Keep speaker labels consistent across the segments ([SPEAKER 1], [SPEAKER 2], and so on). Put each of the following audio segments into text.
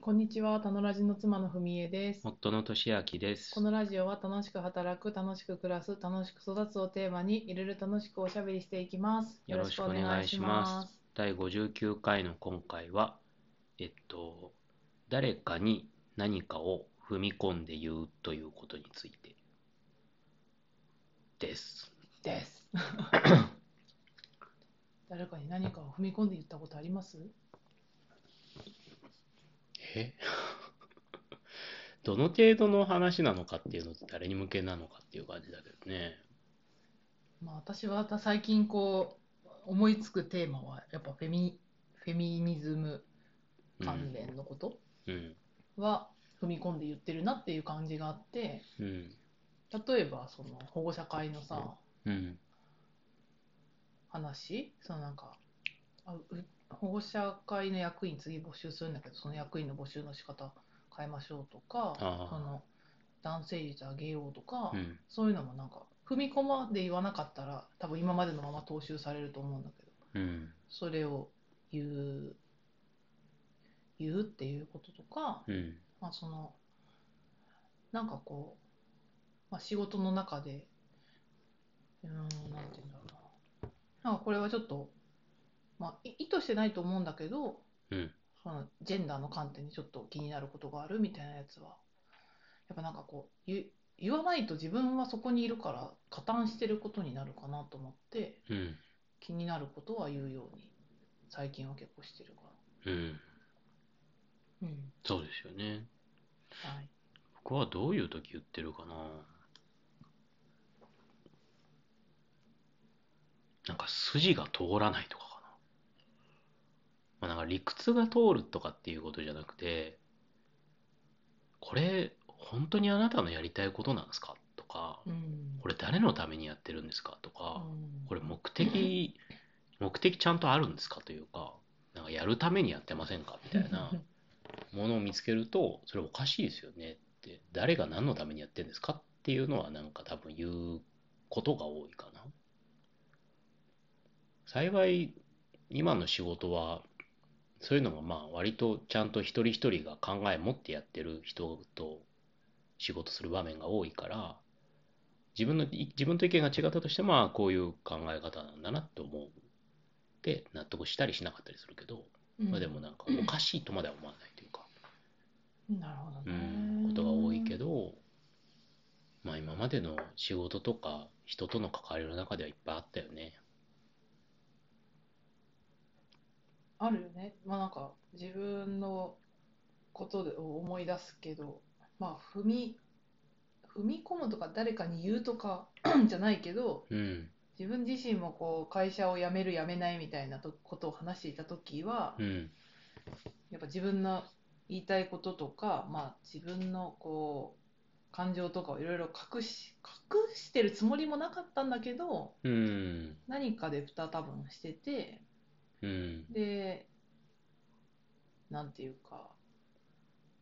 [SPEAKER 1] こんにちは、たのラジの妻のふみえです。
[SPEAKER 2] 夫の俊明です
[SPEAKER 1] こ。のラジオは楽しく働く、楽しく暮らす、楽しく育つをテーマに、いろいろ楽しくおしゃべりしていきます。
[SPEAKER 2] よろしくお願いします。第59回の今回は、えっと、誰かに何かを踏み込んで言うということについてです。
[SPEAKER 1] です。 誰かに何かを踏み込んで言ったことあります
[SPEAKER 2] え どの程度の話なのかっていうのと誰に向けなのかっていう感じだけどね。
[SPEAKER 1] まあ私は最近こう、思いつくテーマは、やっぱフェミ、フェミニズム
[SPEAKER 2] うん
[SPEAKER 1] 関連のこと
[SPEAKER 2] うん。
[SPEAKER 1] は踏み込んで言ってるなっていう感じがあって、
[SPEAKER 2] うん。
[SPEAKER 1] 例えばその保護者会のさ、
[SPEAKER 2] うん。
[SPEAKER 1] 話そのなんかあう保護者会の役員次募集するんだけどその役員の募集の仕方変えましょうとかそ
[SPEAKER 2] あー
[SPEAKER 1] の男性率上げようとか、
[SPEAKER 2] うん。
[SPEAKER 1] そういうのもなんか踏み込まで言わなかったら多分今までのまま踏襲されると思うんだけど
[SPEAKER 2] うん。
[SPEAKER 1] それを言う言うっていうこととか、
[SPEAKER 2] うん。
[SPEAKER 1] まあ、そのなんかこう、まあ、仕事の中でうーんなんて言うんだろうななんかこれはちょっと、まあ、い意図してないと思うんだけど、
[SPEAKER 2] うん
[SPEAKER 1] そのジェンダーの観点にちょっと気になることがあるみたいなやつはやっぱなんかこう言言わないと自分はそこにいるから加担してることになるかなと思って
[SPEAKER 2] うん。
[SPEAKER 1] 気になることは言うように最近は結構してるか
[SPEAKER 2] うん。
[SPEAKER 1] ら。うん
[SPEAKER 2] そうですよね。
[SPEAKER 1] はい、
[SPEAKER 2] 僕はどういう時言ってるかななんか筋が通らないとかかな。まあ、なんか理屈が通るとかっていうことじゃなくて、これ本当にあなたのやりたいことなんですかとか、
[SPEAKER 1] うん
[SPEAKER 2] これ誰のためにやってるんですかとか、
[SPEAKER 1] うん
[SPEAKER 2] これ目的、目的ちゃんとあるんですかというか、なんかやるためにやってませんかみたいな。ものを見つけるとそれおかしいですよねって誰が何のためにやってるんですかっていうのはなんか多分言うことが多いかな幸い今の仕事はそういうのがまあ割とちゃんと一人一人が考え持ってやってる人と仕事する場面が多いから自分のい自分と意見が違ったとしてもああこういう考え方なんだなと思うで納得したりしなかったりするけど、
[SPEAKER 1] うん
[SPEAKER 2] まあ、でもなんかおかしいとまでは思わないというか、
[SPEAKER 1] なるほ
[SPEAKER 2] う
[SPEAKER 1] ど
[SPEAKER 2] ん、
[SPEAKER 1] ね。
[SPEAKER 2] ことが多いけど、まあ、今までの仕事とか人との関わりの中ではいっぱいあったよね。
[SPEAKER 1] あるよね。まあなんか自分のことでを思い出すけど、まあ踏み踏み込むとか誰かに言うとか じゃないけど、
[SPEAKER 2] うん、
[SPEAKER 1] 自分自身もこう会社を辞める辞めないみたいなとことを話していた時は、
[SPEAKER 2] うん、
[SPEAKER 1] やっぱ自分の言いたいこととか、まあ自分のこう感情とかをいろいろ隠し隠してるつもりもなかったんだけど、
[SPEAKER 2] うん、
[SPEAKER 1] 何かで蓋多分してて。
[SPEAKER 2] うん、
[SPEAKER 1] で、なんていうか、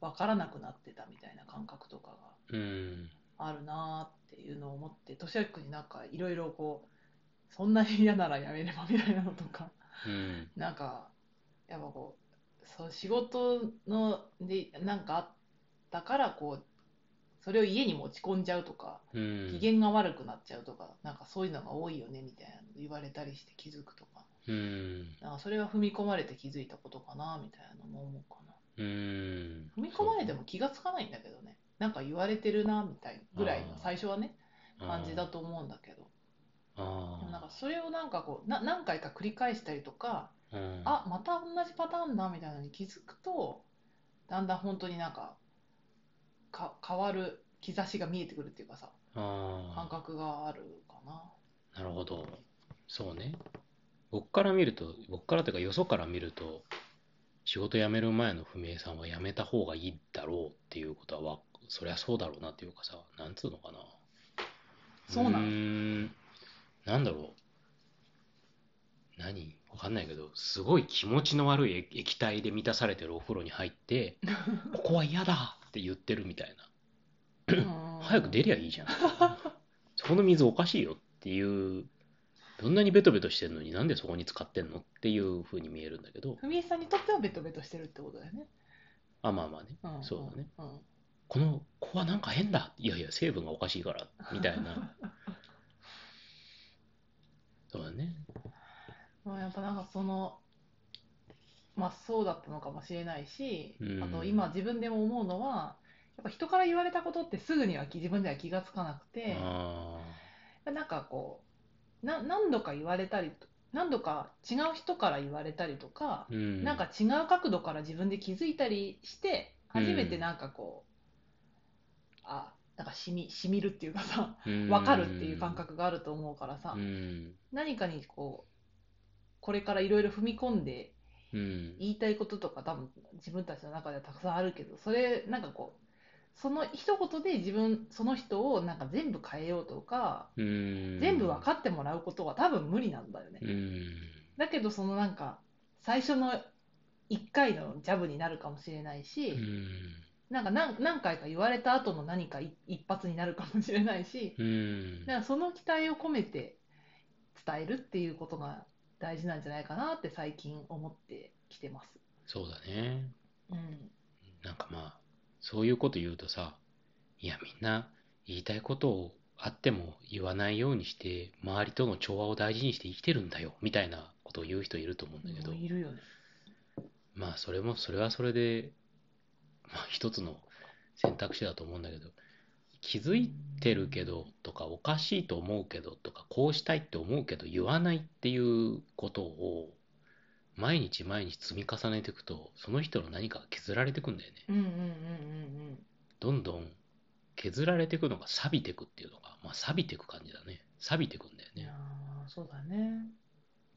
[SPEAKER 1] わからなくなってたみたいな感覚とか
[SPEAKER 2] うん、
[SPEAKER 1] があるなーっていうのを思って、年明くになんかいろいろこう、そんなに嫌ならやめればみたいなのとか、
[SPEAKER 2] うん、
[SPEAKER 1] なんか、やっぱこう、そう仕事のでなんかあったからこう、それを家に持ち込んじゃうとか、
[SPEAKER 2] うん、
[SPEAKER 1] 機嫌が悪くなっちゃうとか、なんかそういうのが多いよねみたいなの言われたりして気づくとか。
[SPEAKER 2] うん、
[SPEAKER 1] なんかそれが踏み込まれて気づいたことかなみたいなのも思うかな。
[SPEAKER 2] うん。
[SPEAKER 1] 踏み込まれても気がつかないんだけどね。なんか言われてるなみたいなぐらいの
[SPEAKER 2] あー
[SPEAKER 1] 最初はね、
[SPEAKER 2] そう
[SPEAKER 1] 感じだ。と思うんだけど。
[SPEAKER 2] あ
[SPEAKER 1] でもなん
[SPEAKER 2] あ
[SPEAKER 1] かそれをなんかこう、な何回か繰り返したりとか、
[SPEAKER 2] うん
[SPEAKER 1] あ、また同じパターンだみたいなのに気づくと、だんだん本当になんかか変わる兆しが見えてくるっていうかさ、感
[SPEAKER 2] あ
[SPEAKER 1] 覚があるか な。
[SPEAKER 2] あ、なるほど。そうね。僕から見ると、僕からというかよそから見ると、仕事辞める前の不明さんは辞めた方がいいだろうっていうことはわ、そりゃそうだろうなっていうかさ、なんつうのかな。
[SPEAKER 1] そうなの
[SPEAKER 2] ーんなんだろう。何わかんないけど、すごい気持ちの悪い液液体で満たされてるお風呂に入って、 ここは嫌だって言ってるみたいな。早く出りゃいいじゃん。そこの水おかしいよっていう、どんなにベトベトしてんのになんでそこに使ってんのっていう風に見えるんだけど、
[SPEAKER 1] ふみえさんにとってはベトベトしてるってことだよね。
[SPEAKER 2] あまあまあね
[SPEAKER 1] うんうん
[SPEAKER 2] そうだね
[SPEAKER 1] うん
[SPEAKER 2] この子はなんか変だいやいや成分がおかしいからみたいなそうだね
[SPEAKER 1] まあやっぱなんかそのまあそうだったのかもしれないし、
[SPEAKER 2] うん
[SPEAKER 1] あと今自分でも思うのはやっぱ人から言われたことってすぐには気自分では気がつかなくて
[SPEAKER 2] あ
[SPEAKER 1] なんかこうな何度か言われたりと何度か違う人から言われたりとか、
[SPEAKER 2] ーうん
[SPEAKER 1] なんか違う角度から自分で気づいたりして
[SPEAKER 2] うん
[SPEAKER 1] 初めてなんかこう、あなんかしみしみるっていうかさ
[SPEAKER 2] うん
[SPEAKER 1] 分かるっていう感覚があると思うからさ、
[SPEAKER 2] うん
[SPEAKER 1] 何かにこうこれからいろいろ踏み込んで
[SPEAKER 2] うん
[SPEAKER 1] 言いたいこととか多分自分たちの中ではたくさんあるけどそれなんかこうその一言で自分その人をなんか全部変えようとか、
[SPEAKER 2] うん
[SPEAKER 1] 全部分かってもらうことは多分無理なんだよね、
[SPEAKER 2] うん
[SPEAKER 1] だけどそのなんか最初の1回のジャブになるかもしれないし、
[SPEAKER 2] うん
[SPEAKER 1] なんか何何回か言われた後の何かい一発になるかもしれないし
[SPEAKER 2] うん
[SPEAKER 1] だからその期待を込めて伝えるっていうことが大事なんじゃないかなって最近思ってきてます。
[SPEAKER 2] そうだね
[SPEAKER 1] うん、
[SPEAKER 2] なんかまあそういうこと言うとさいやみんな言いたいことをあっても言わないようにして周りとの調和を大事にして生きてるんだよみたいなことを言う人いると思うんだけど
[SPEAKER 1] もういるよね。
[SPEAKER 2] まあそれもそれはそれで、まあ、一つの選択肢だと思うんだけど気づいてるけどとかおかしいと思うけどとかこうしたいって思うけど言わないっていうことを毎日毎日積み重ねていくとその人の何かが削られていくんだよね。
[SPEAKER 1] うんうんうんうん
[SPEAKER 2] どんどん削られていくのが錆びていくっていうのが、まあ、錆びていく感じだね錆びていくんだよ
[SPEAKER 1] うん。いや
[SPEAKER 2] ね
[SPEAKER 1] ーそうだね。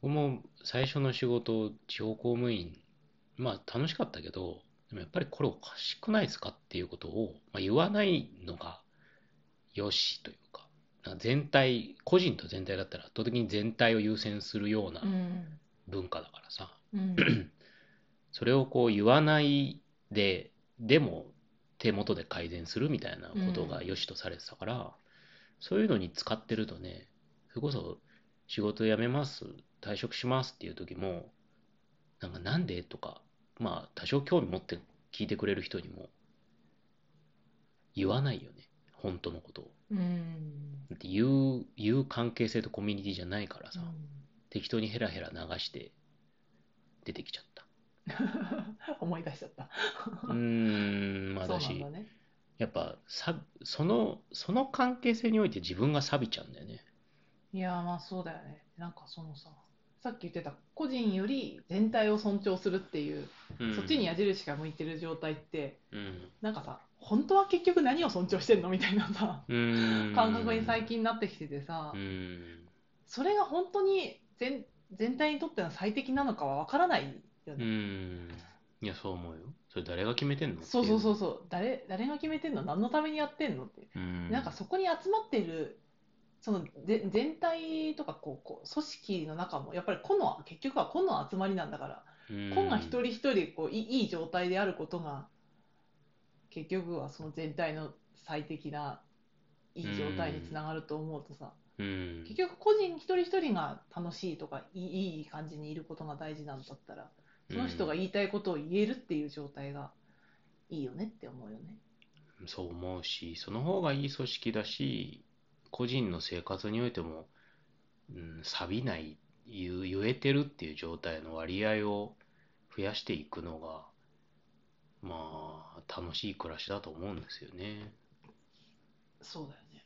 [SPEAKER 2] 僕も最初の仕事地方公務員まあ楽しかったけどでもやっぱりこれおかしくないですかっていうことを、まあ、言わないのがよしというかなんか全体個人と全体だったら圧倒的に全体を優先するような
[SPEAKER 1] うん
[SPEAKER 2] 文化だからさ、
[SPEAKER 1] うん。
[SPEAKER 2] それをこう言わないで、でも手元で改善するみたいなことが良しとされてたから、そういうのに使ってるとね、それこそ仕事辞めます、退職しますっていう時も、なんかなんでとか、まあ多少興味持って聞いてくれる人にも言わないよね、本当のことを。
[SPEAKER 1] うん。
[SPEAKER 2] だって言う、言う関係性とコミュニティじゃないからさ、
[SPEAKER 1] うん
[SPEAKER 2] 適当にヘラヘラ流して出てきちゃった。
[SPEAKER 1] 思い出しちゃった。
[SPEAKER 2] うーん、まあ
[SPEAKER 1] そう
[SPEAKER 2] だ
[SPEAKER 1] なん
[SPEAKER 2] し
[SPEAKER 1] だ、ね。
[SPEAKER 2] やっぱさその、その関係性において自分が錆びちゃうんだよね。
[SPEAKER 1] いやーまあそうだよね。なんかそのさ、さっき言ってた個人より全体を尊重するっていう、そっちに矢印が向いてる状態って、
[SPEAKER 2] うん、
[SPEAKER 1] なんかさ、本当は結局何を尊重してんのみたいなさ、
[SPEAKER 2] うん
[SPEAKER 1] 感覚に最近なってきててさ
[SPEAKER 2] う、ん、
[SPEAKER 1] それが本当に全全体にとっての最適なのかはわからないよ
[SPEAKER 2] う
[SPEAKER 1] ね。
[SPEAKER 2] ん。いや、そう思うよ。それ誰が決めてんの
[SPEAKER 1] そうそうそう
[SPEAKER 2] う。
[SPEAKER 1] そう誰誰が決めてんの何のためにやってんのって、
[SPEAKER 2] うん、
[SPEAKER 1] なんかそこに集まってるそのぜ全体とかこうこう組織の中もやっぱり個の結局は個の集まりなんだから、
[SPEAKER 2] うん、
[SPEAKER 1] 個が一人一人こういいいい状態であることが結局はその全体の最適ないい状態につながると思うとさ、
[SPEAKER 2] うん、
[SPEAKER 1] 結局個人一人一人が楽しいとかいいいい感じにいることが大事なんだったらその人が
[SPEAKER 2] うん
[SPEAKER 1] 言いたいことを言えるっていう状態がいいよねって思うよね。
[SPEAKER 2] そう思うし、その方がいい組織だし、個人の生活においても、うん、錆びない、ゆ言えてるっていう状態の割合を増やしていくのが、まあ、楽しい暮らしだと思うんですよね。
[SPEAKER 1] そうだよね。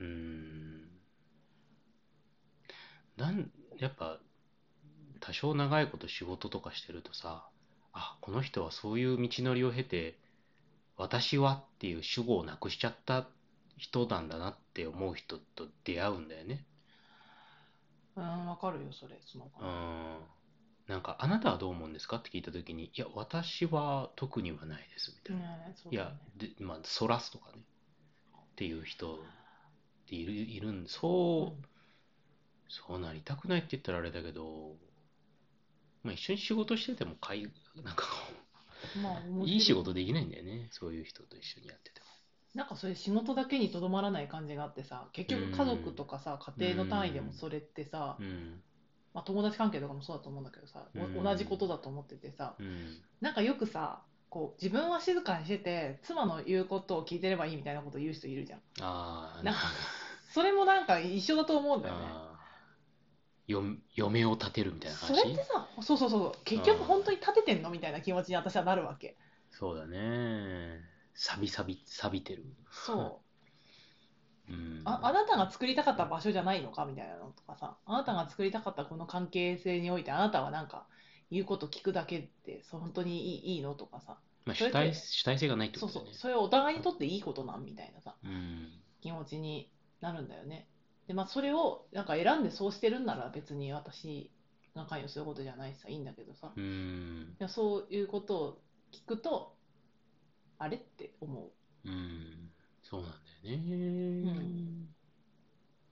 [SPEAKER 2] うん。なん、やっぱ、多少長いこと仕事とかしてるとさ、あ、この人はそういう道のりを経て、私はっていう主語をなくしちゃった人なんだなって思う人と出会うんだよね。
[SPEAKER 1] うん、わかるよ、それ、その
[SPEAKER 2] うん。なんか、あなたはどう思うんですかって聞いたときに、いや、私は特にはないです、みたいな。
[SPEAKER 1] ねそう
[SPEAKER 2] い
[SPEAKER 1] だよ
[SPEAKER 2] や
[SPEAKER 1] ね、
[SPEAKER 2] で、まあ、そらすとかね。っていう人っている、いるん、そう、そうなりたくないって言ったらあれだけど、まあ、一緒に仕事しててもかい、なんかこ
[SPEAKER 1] うんまあ
[SPEAKER 2] う、
[SPEAKER 1] 面白
[SPEAKER 2] いい仕事できないんだよね、そういう人と一緒にやってても。
[SPEAKER 1] なんかそれ仕事だけにとどまらない感じがあってさ結局家族とかさ家庭の単位でもそれってさ、
[SPEAKER 2] うん、
[SPEAKER 1] まあ、友達関係とかもそうだと思うんだけどさ、お
[SPEAKER 2] うん
[SPEAKER 1] 同じことだと思っててさ
[SPEAKER 2] うん、
[SPEAKER 1] なんかよくさこう自分は静かにしてて妻の言うことを聞いてればいいみたいなことを言う人いるじゃん
[SPEAKER 2] ああ
[SPEAKER 1] なんかそれもなんか一緒だと思うんだよね
[SPEAKER 2] あーよ嫁を立てるみたいな
[SPEAKER 1] そ
[SPEAKER 2] 話
[SPEAKER 1] れってさそうそうそう結局本当に立ててんのみたいな気持ちに私はなるわけ
[SPEAKER 2] そうだね錆び錆び錆びてる
[SPEAKER 1] そう
[SPEAKER 2] うん
[SPEAKER 1] ああなたが作りたかった場所じゃないのかみたいなのとかさあなたが作りたかったこの関係性においてあなたはなんか言うこと聞くだけってそう本当にいいいいのとかさ
[SPEAKER 2] まあ、
[SPEAKER 1] それっ
[SPEAKER 2] 主
[SPEAKER 1] て
[SPEAKER 2] 体主体性がないってこ
[SPEAKER 1] そうそう
[SPEAKER 2] とだね
[SPEAKER 1] それはお互いにとっていいことなんみたいなさ
[SPEAKER 2] うん
[SPEAKER 1] 気持ちになるんだよねでまあそれをなんか選んでそうしてるんなら別に私が関与することじゃないしさいいんだけどさ
[SPEAKER 2] うん
[SPEAKER 1] でもそういうことを聞くとあれって思う
[SPEAKER 2] うんそうなんだよね、
[SPEAKER 1] ん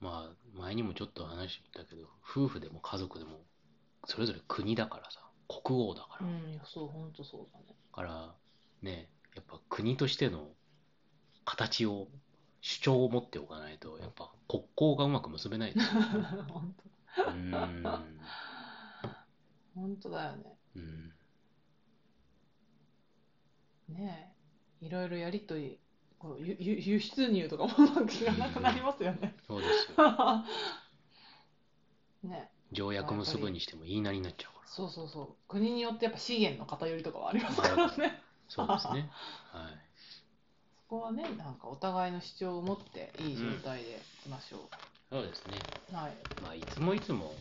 [SPEAKER 2] まあ前にもちょっと話したけど夫婦でも家族でもそれぞれ国だからさ国王だから、
[SPEAKER 1] うんいやそう本当そうだね
[SPEAKER 2] だからねやっぱ国としての形を主張を持っておかないとやっぱ国交がうまく結べないですよ
[SPEAKER 1] 本当
[SPEAKER 2] うーん
[SPEAKER 1] 本当だよね
[SPEAKER 2] うん
[SPEAKER 1] ねえいろいろやりとりこうゆゆ輸出入とかもうまくいかなくなりますよね。
[SPEAKER 2] そうですよ
[SPEAKER 1] ねえ
[SPEAKER 2] 条約結ぶにしても言いなりになっちゃうから
[SPEAKER 1] そうそうそう国によってやっぱ資源の偏りとかはありますからね
[SPEAKER 2] そうですねはい
[SPEAKER 1] そこはねなんかお互いの主張を持っていい状態でいきましょう、
[SPEAKER 2] そうですね
[SPEAKER 1] はい
[SPEAKER 2] まあいつもいつも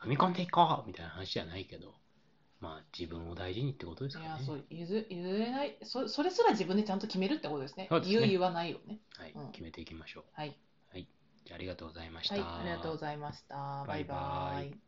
[SPEAKER 2] 踏み込んでいこうみたいな話じゃないけどまあ自分を大事にってことです
[SPEAKER 1] い
[SPEAKER 2] か
[SPEAKER 1] や
[SPEAKER 2] ね
[SPEAKER 1] そう譲譲れないそそれすら自分でちゃんと決めるってことですね
[SPEAKER 2] そうですね
[SPEAKER 1] 言う言わないよね
[SPEAKER 2] はい、
[SPEAKER 1] うん
[SPEAKER 2] 決めていきましょう
[SPEAKER 1] はい、
[SPEAKER 2] じゃあありがとうございました、
[SPEAKER 1] はい、ありがとうございましたバイバ
[SPEAKER 2] バイバ
[SPEAKER 1] イ
[SPEAKER 2] イ